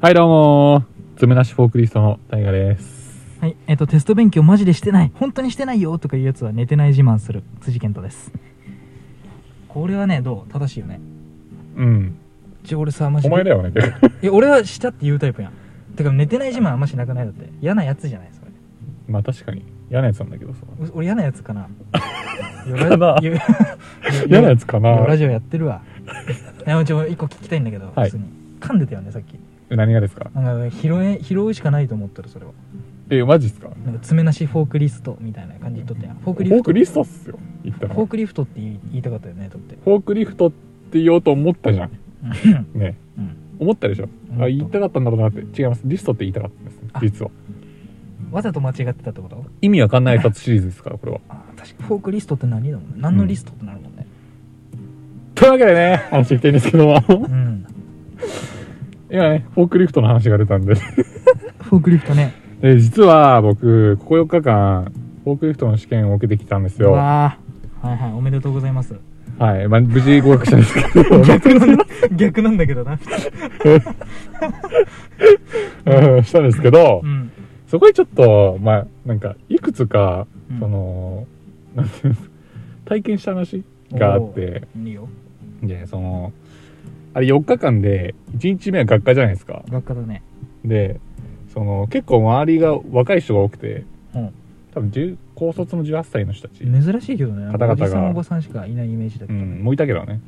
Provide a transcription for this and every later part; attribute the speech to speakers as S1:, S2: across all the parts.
S1: はい、どうもー。つむなしフォークリストの大河です。
S2: はい、えっ、と、テスト勉強マジでしてない、本当にしてないよとかいうやつは寝てない自慢する、辻健太です。これはね、どう正しいよね。
S1: うん。
S2: ちょ、俺さ、マジ
S1: お
S2: で。
S1: 前だよね。
S2: いや、俺はしたって言うタイプやん。てか、寝てない自慢あんましなくないだって。嫌なやつじゃないそれ。
S1: まあ確かに。嫌なやつなんだけどさ。
S2: う俺嫌なやつかな。
S1: かな
S2: よ
S1: 嫌なやつかな
S2: よラジオやってるわ。いや、ちょ、一個聞きたいんだけど、
S1: はい
S2: 普通に。噛んでたよね、さっき。
S1: 何がですか
S2: なんか、拾え、拾うしかないと思ったら、それは。
S1: え、マジっすか
S2: なんか、爪なしフォークリストみたいな感じで言っとったやん。フォー
S1: フ
S2: クリフ
S1: ォー
S2: ト。
S1: クリストっすよ。言ったら。
S2: フォ
S1: フ
S2: ークリフトって言い言いたかったよね、だって。
S1: ォークリフトって言おうと思ったじゃん。ね。
S2: うん
S1: 思ったでしょ
S2: 思った
S1: あ、言いたかったんだろうなって。違います。リストって言いたかったんですね
S2: あ。
S1: 実は。
S2: わざと間違ってたってこと
S1: 意味わかんないやつシリーズですから、これは。
S2: あー確かフォークリストって何だもんね何のリストってなるもんね
S1: というわけで ね、話していきたいんですけども。
S2: うん、
S1: 今ね、フォークリフトの話が出たんで。
S2: フォークリフトね
S1: で実は僕、ここ4日間、フォークリフトの試験を受けてきたんです
S2: う
S1: よ。
S2: わーはいはいおめでとうございます
S1: はい、まあ、無事合格したんですけど、
S2: 逆なんだけどな
S1: うんしたんですけど
S2: う、ん
S1: そこにちょっと、まあ、なんか、いくつか、
S2: うん
S1: その、なんていうんですか、体験した話があって、
S2: いいよ
S1: で、その、あれ4日間で、1日目は学科じゃないですか。
S2: 学科だね
S1: で、その、結構周りが若い人が多くて、
S2: うん
S1: 多分10高卒の18歳の人たち、
S2: 珍しいけどね
S1: 方々が
S2: おじさんおばさんしかいないイメージだ
S1: う
S2: けど
S1: ん、もういたけどね、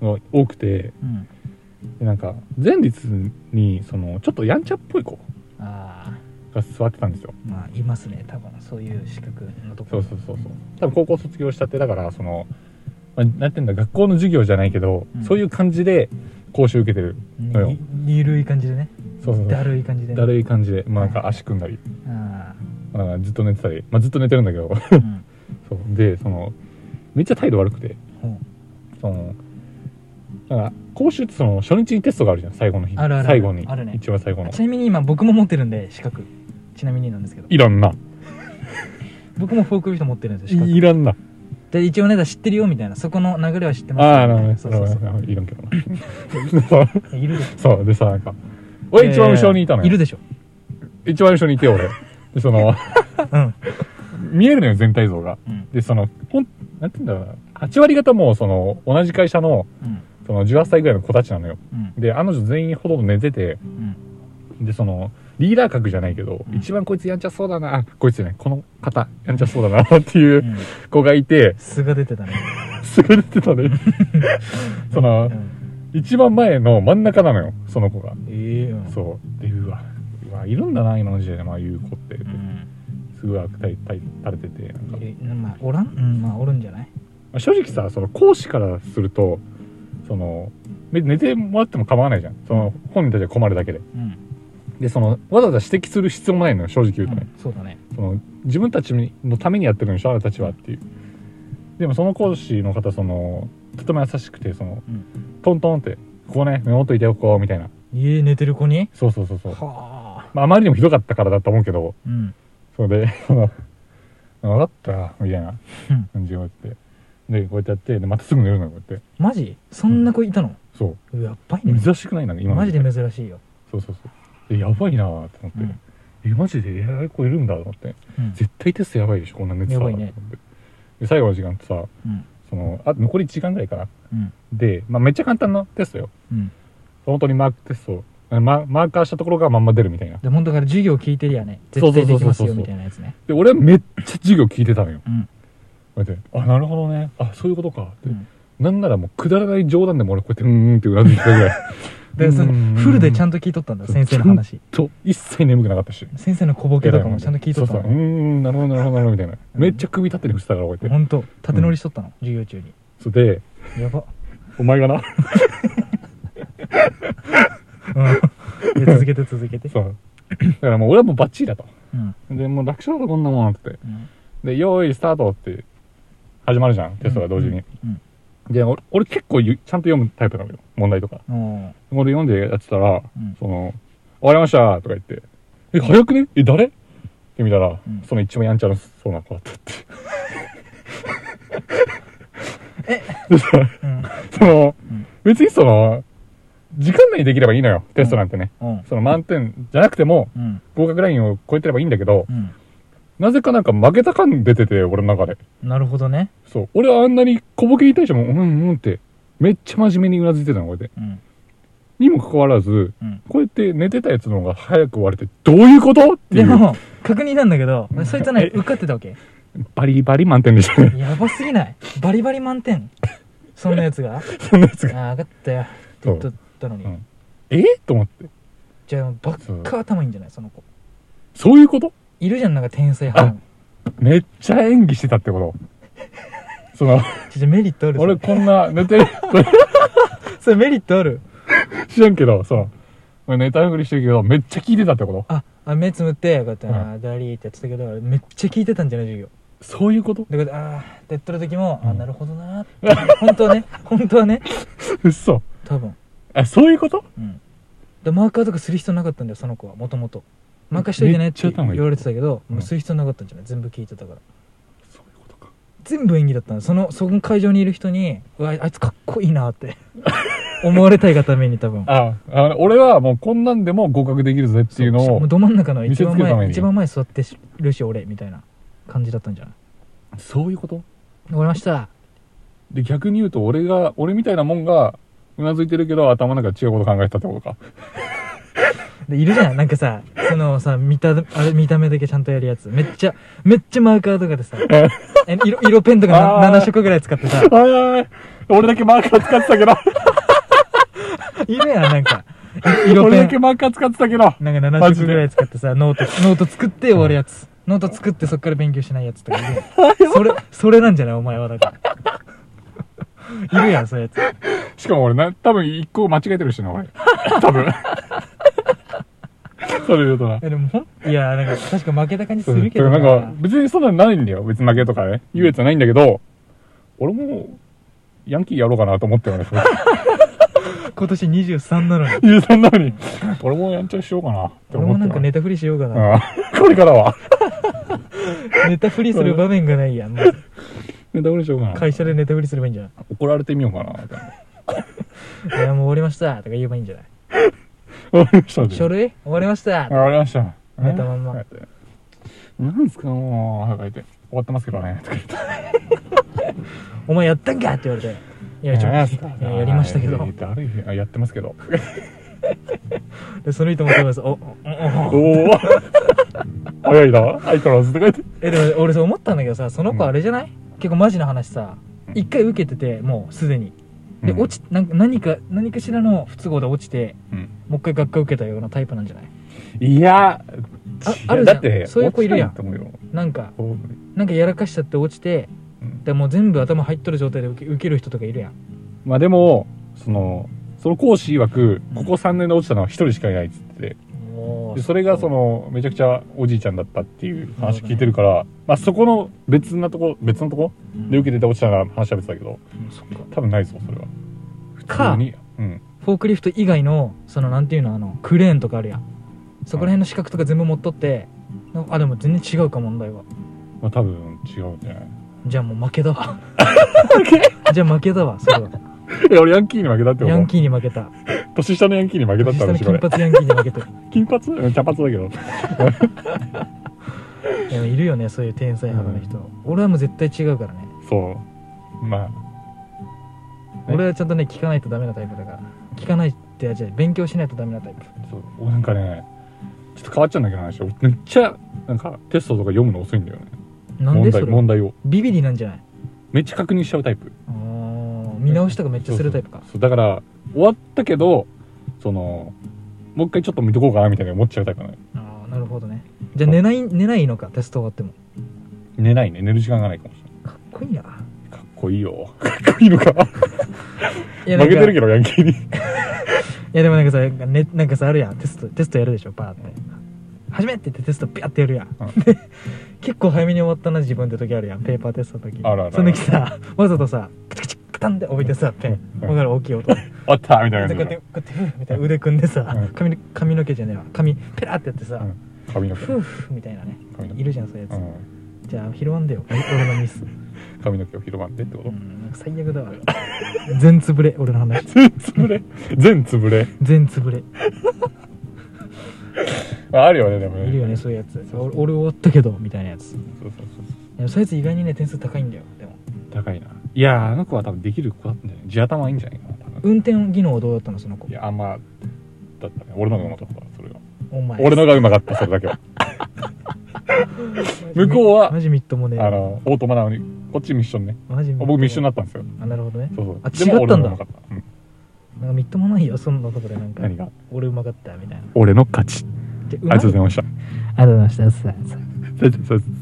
S1: が多くて、
S2: うん、うん、
S1: でなんか、前日に、その、ちょっとやんちゃっぽい子
S2: あ
S1: が座ってたんですよ。
S2: あまあいますね多分そういう資格のとこ
S1: そうそうそうそう多分高校卒業したってだからその、まあ、なんていうんだ学校の授業じゃないけど、
S2: うん
S1: そういう感じで講習受けてるのよ
S2: ねゆゆるい感じでね
S1: そうそうそう
S2: だるい感じでね
S1: だるい感じで、まあ、なんか足組んだり、
S2: あ
S1: まあ、ずっと寝てたり、まあ、ずっと寝てるんだけど
S2: あうん
S1: そうでそのめっちゃ態度悪くて
S2: ほう
S1: そのだから講習ってその初日にテストがあるじゃん最後の日
S2: あるある
S1: 最後に
S2: あるね
S1: 一番最後の
S2: ちなみに今僕も持ってるんで資格ちなみになんですけど
S1: いらんな
S2: 僕もフォークリフト持ってるんですよ資格
S1: いらんな
S2: で一応ねだから知ってるよみたいなそこの流れは知ってます
S1: ああな
S2: み
S1: る
S2: た
S1: ほど
S2: い
S1: ね
S2: なそうそうそう
S1: なるほどねいらんけどな そう
S2: いるでし
S1: そうでさなんか
S2: ょ
S1: 俺一番後ろにいたのよ、
S2: いるでしょ
S1: 一番後ろにいて 俺でその
S2: うん
S1: 見えるのよ、全体像が。
S2: うん
S1: で、その、ほん、なんて言うんだろうな。8割方もう、その、同じ会社の、
S2: うん
S1: その、18歳ぐらいの子たちなのよ。
S2: うん
S1: で、あの女全員ほとんど寝てて、
S2: うん
S1: で、その、リーダー格じゃないけど、
S2: うん
S1: 一番こいつやんちゃそうだな、あこいつじゃない、この方、やんちゃそうだな、 っていううん子がいて、
S2: 素が出てたね
S1: 優れてた ね。その
S2: う、ん
S1: 一番前の真ん中なのよ、その子が。
S2: ええうん
S1: そう。で、うわ、うわ、いるんだな、今の時代で、まあ、いう子って、
S2: うん
S1: すごい悪態、態垂れてて、なんか。
S2: いるまあおらんうんまあおるんじゃない
S1: まあ正直さその講師からするとそのね寝てもらっても構わないじゃんその本人たちは困るだけで
S2: うん
S1: でそのわざわざ指摘する必要もないのよ正直言うとね、
S2: そうだね
S1: その自分たちのためにやってるんでしょあなたたちはっていうでもその講師の方そのとても優しくてその、
S2: うん
S1: トントンってここねメモっといておこうみたいな
S2: ええ寝てる子に
S1: そうそうそうそう、
S2: はあ
S1: まあ、あまりにもひどかったからだと思うけど
S2: うん
S1: それで その分かったみたいな
S2: うん
S1: 感じをやってでこうやってやってでまたすぐ寝るのよこうやって
S2: マジそんな子いたの
S1: そう
S2: うわやっばいね
S1: 珍しくないなんか今の
S2: マジで珍しいよ
S1: そうそうそうでやばいなーって思って、
S2: うん
S1: えマジでやばい子いるんだと思って
S2: うん
S1: 絶対テストやばいでしょこんな熱さ
S2: や
S1: と
S2: ばい
S1: 思って、
S2: ね
S1: で最後の時間ってさ
S2: うん
S1: そのあ残り1時間ぐらいかな
S2: うん
S1: で、まあ、めっちゃ簡単なテストよ
S2: うん
S1: 本当にマークテストあママーカーしたところがまんま出るみたいな
S2: で本当だから授業聞いてるやね
S1: そう
S2: 絶
S1: そうそう
S2: 対でき
S1: そう
S2: ます
S1: そう
S2: よみたいなやつね
S1: で俺はめっちゃ授業聞いてたのよ
S2: うん、
S1: こうやってあなるほどねあそういうことかって、
S2: うん
S1: なんならもうくだらない冗談でも俺こうやってうーんってうなずいてたぐらい
S2: でそのフルでちゃんと聞いとったんだ先生の話
S1: と一切眠くなかったし
S2: 先生の小ボケとかもちゃんと聞いとった
S1: そうそううー
S2: の
S1: んなるほどなるほどなるほどみたいなめっちゃ首立ってに振ってたからこうやって
S2: 本当縦乗りしとったの、授業中に
S1: それで
S2: やば、
S1: お前が な
S2: うん、で続けて続けて
S1: そうだからもう俺はもうバッチリだと
S2: うん
S1: でもう楽勝だこんなもんって
S2: うん
S1: で用意スタートって始まるじゃんテストが同時に、
S2: うん
S1: で俺俺結構ゆちゃんと読むタイプなのよ問題とか
S2: うんお
S1: 俺読んでやってたら
S2: ーうん
S1: その「終わりました」とか言って「え早くねえ誰?」って見たら、
S2: うん
S1: その一番やんちゃなそうな子だったって
S2: え
S1: でさ
S2: うん
S1: その、
S2: うん
S1: 別にその時間内にできればいいのよ、テストなんてね。
S2: うん
S1: その満点じゃなくても、
S2: うん
S1: 合格ラインを超えてればいいんだけど、
S2: うん
S1: なぜかなんか負けた感出てて、俺の中で。
S2: なるほどね
S1: そう。俺はあんなに小ボケに対しても、うんうんって、めっちゃ真面目にうなずいてたの、これで。
S2: うん
S1: にもかかわらず、
S2: うん
S1: こうやって寝てたやつの方が早く終われて、どういうことってい
S2: で
S1: う。
S2: も確認なんだけど俺そいつはね受かってたわけ
S1: バリバリ満点でしたね。
S2: やばすぎないバリバリ満点そんなや つが あ
S1: そんなやつが。
S2: あ分かったよ
S1: そ
S2: って言っ
S1: う。
S2: たのに、
S1: うんえと思って。
S2: じゃあばっか頭いいんじゃないその子
S1: そういうこと
S2: いるじゃんなんか天才派の
S1: めっちゃ演技してたってこと。 その、
S2: じゃあメリットあるそれ
S1: 俺こんな寝てる、
S2: それメリットある
S1: 知らんけど、その、俺寝たふりしてるけど、めっちゃ聞いてたってこと
S2: ああ目つむってこうやって「
S1: うん
S2: ああダリー」ってやってたけどめっちゃ聞いてたんじゃない授業
S1: そういうこと
S2: でこうやってああってやってる時も「
S1: うん
S2: あなるほどな」って本当はね本当はね
S1: 嘘。
S2: 多分
S1: え、そういうこと
S2: うんでマーカーとかする必要なかったんだよその子はもともとマーカーしといてねって言われてたけど
S1: うん
S2: もうする必要なかったんじゃない全部聞いてたから
S1: そういうことか。
S2: 全部演技だったのそのその会場にいる人に「うわあいつかっこいいな」って 思われたいがために多分
S1: ああ、俺はもうこんなんでも合格できるぜっていうの
S2: も
S1: を
S2: う、ど真ん中の一
S1: 見せ
S2: 番
S1: つけるため
S2: 前
S1: に
S2: 一番前座ってるし俺みたいな感じだったんじゃない
S1: そういうこと
S2: わかりました
S1: で、逆に言うと、俺が、俺みたいなもんが、うなずいてるけど、頭の中で違うこと考えてたってこと か。
S2: でいるじ ゃんなんかさそのさ見たあれ見た目だけちゃんとやるやつめっちゃめっちゃマーカーとかでさえ色色ペンとかな
S1: あー
S2: 7色ぐらい使ってさ
S1: あー俺だけマーカー使ってたけど、
S2: いるやんな んかい色
S1: 俺
S2: ペ
S1: だけ
S2: ン
S1: マーカー使ってたけど、
S2: なんか
S1: マ
S2: 7
S1: ジ
S2: 色
S1: で
S2: ぐらい使ってさノートノート作って終わるやつノート作ってそっから勉強しないやつとかいるや んそれそれなんじゃないお前はだからいるやんそういうやつ
S1: しかも俺な、多分一個間違えてるしな、俺。多 分。それ言うとな。
S2: えでもほんいやなんか確か負けた感じするけ
S1: う
S2: ど
S1: んだからなんか、別にそんなのないんだよ。別に負けとかね。優越はないんだけど、俺も、ヤンキーやろうかなと思ってよね。
S2: 今年23なのに
S1: いや、そんなのに。俺もやんちゃしようかなって
S2: 俺
S1: 思
S2: も
S1: っ
S2: なん
S1: て
S2: か
S1: る
S2: ネタフリしようかな、
S1: うん これからは。
S2: ネタフリする場面がないやん。もう
S1: ネタバレしようかな。
S2: 会社でネタフリすればいいんじゃな
S1: 怒られてみようかなみたいな。
S2: いいや、もう終わりましたとか言えばいいんじゃない
S1: わかりま した。
S2: 書類終わりました
S1: わかりました。
S2: 寝たまんま
S1: えなんすかもう、はかいて。終わってますけどね。とか言って
S2: お前やったんかって言われて。いや、ちょ
S1: なんすか
S2: いややりましたけ
S1: あ
S2: ど
S1: ー。だるい あ、やってますけど。
S2: で、その人も多分さ、お、お、お、
S1: お
S2: お。
S1: お早いな。相変わらずとか言って。
S2: え、でも俺さ、思ったんだけどさ、その子あれじゃない結構マジな話さ、一回受けてて、もうすでに。で、
S1: うん
S2: 落ち、なんか何か、何かしらの不都合で落ちて、
S1: うん
S2: もう一回学科受けたようなタイプなんじゃない
S1: いや、
S2: あ
S1: 違う
S2: あるじ
S1: だ
S2: ゃん
S1: って、
S2: そういう子いるやん
S1: 落ちないと思うよ
S2: なんか、
S1: こ
S2: なんかやらかしちゃって落ちて、
S1: ううん
S2: でもう全部頭入っとる状態で受け受ける人とかいるやん。
S1: まあでも、その、その講師曰く、ここ3年で落ちたのは1人しかいないっつってて、
S2: おー
S1: でそれがその、めちゃくちゃおじいちゃんだったっていう話聞いてるから、まあそこの別なとこ、別のとこで受けてて落ちたのは話は別だけど、
S2: そっか
S1: 多分ないぞ、それは。
S2: か
S1: 普通にうん。
S2: フォークリフト以外のそのなんていうのあのクレーンとかあるやんそこら辺の資格とか全部持っとってのあでも全然違うか問題は
S1: まあ多分違うんじゃない
S2: じゃあもう負けだわ じゃあ負けだわそれは
S1: いや、俺ヤンキーに負けたって
S2: ヤン
S1: 思う。
S2: キーに負けた
S1: 年下のヤンキーに負けたっ
S2: 年
S1: て
S2: 下の
S1: 話、これ。
S2: 金髪ヤンキーに負けてる
S1: 金髪うん茶髪だけど。
S2: いやいるよねそういう天才派の人、俺はもう絶対違うからね
S1: そう。まあ、え
S2: 俺はちゃんとね聞かないとダメなタイプだから聞かないってじゃあ勉強しないとダメなタイプ
S1: そう俺なんかねちょっと変わっちゃうんだけど話俺めっちゃなんかテストとか読むの遅いんだよね
S2: なん
S1: 問
S2: でそ
S1: 題
S2: れ
S1: 問題を
S2: ビビリなんじゃない
S1: めっちゃ確認しちゃうタイプ
S2: あー見直しとかめっちゃするタイプか
S1: そうそうだから終わったけどそのもう一回ちょっと見とこうかなみたいな思っちゃうタイプなのよ
S2: ああなるほどねじゃあ寝ない寝ないのかテスト終わっても
S1: 寝ないね寝る時間がないかもしれ
S2: かっこいいな
S1: ないかっこいいよかっこいいのか
S2: い
S1: 負
S2: なんか
S1: けてるけどヤンキーに
S2: いやでもなんかさ、ね、なんかさあるやんテストテストやるでしょバーって初めてってテストピャってやるやん、
S1: う
S2: 結構早めに終わったな自分って時あるやんペーパーテストの時
S1: あるある
S2: その時さわざとさカチカチカタンって置いてさペン
S1: うん
S2: わかる大きい音で
S1: あ
S2: こ
S1: ったみた
S2: う
S1: いな
S2: やって
S1: 感
S2: こ
S1: じ
S2: うや
S1: で
S2: ってふうみたいな腕組んでさ
S1: うん
S2: 髪の髪の毛じゃねえわ髪ペラってやってさ
S1: 髪の毛
S2: ふうふうみたいなね
S1: 髪の毛
S2: いるじゃんそういうやつ、
S1: うん
S2: じゃあ拾わんでよ俺のミス
S1: 髪の毛を広まってってこ
S2: う
S1: と
S2: んなんか最悪だわ全潰れ俺の話
S1: 全 潰れ全潰れ
S2: 全潰れ
S1: ああるよねでもね
S2: いるよねそういうやつ
S1: そうそう
S2: 俺俺終わったけどみたいなやつ
S1: そうそうそうそう
S2: でもそういうやつ意外にね点数高いんだよでも
S1: 高いないやーあの子は多分できる子だったんじゃない地頭いいんじゃないかな多分
S2: 運転技能はどうだったのその子
S1: いやあんまだったね俺の方がうまかったそれは
S2: お前
S1: 俺のがうまかったそれだけ は向こうは
S2: マジみっともね
S1: あのオートマなのにこっちミッションね
S2: マジ
S1: 僕ミッションだ
S2: な
S1: ったんですよ
S2: あなるほどね
S1: そうそう
S2: あ
S1: でも
S2: 違ったん
S1: 俺の方が
S2: だ
S1: うまかった、うん、
S2: なんかみっともないよそんなとこでなんか
S1: 何が
S2: 俺うまかったみたいな
S1: 俺の勝ち
S2: で
S1: ありがとうござ
S2: い
S1: いました
S2: まありがとうございましたさあさあ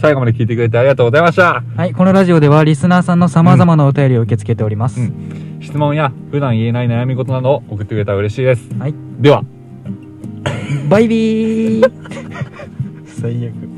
S1: 最後まで聞いてくれてありがとうございました
S2: はい、このラジオではリスナーさんの様々なお便りを受け付けております。
S1: うん質問や普段言えない悩み事などを送ってくれたら嬉しいです
S2: はい、
S1: では
S2: バイビー最悪。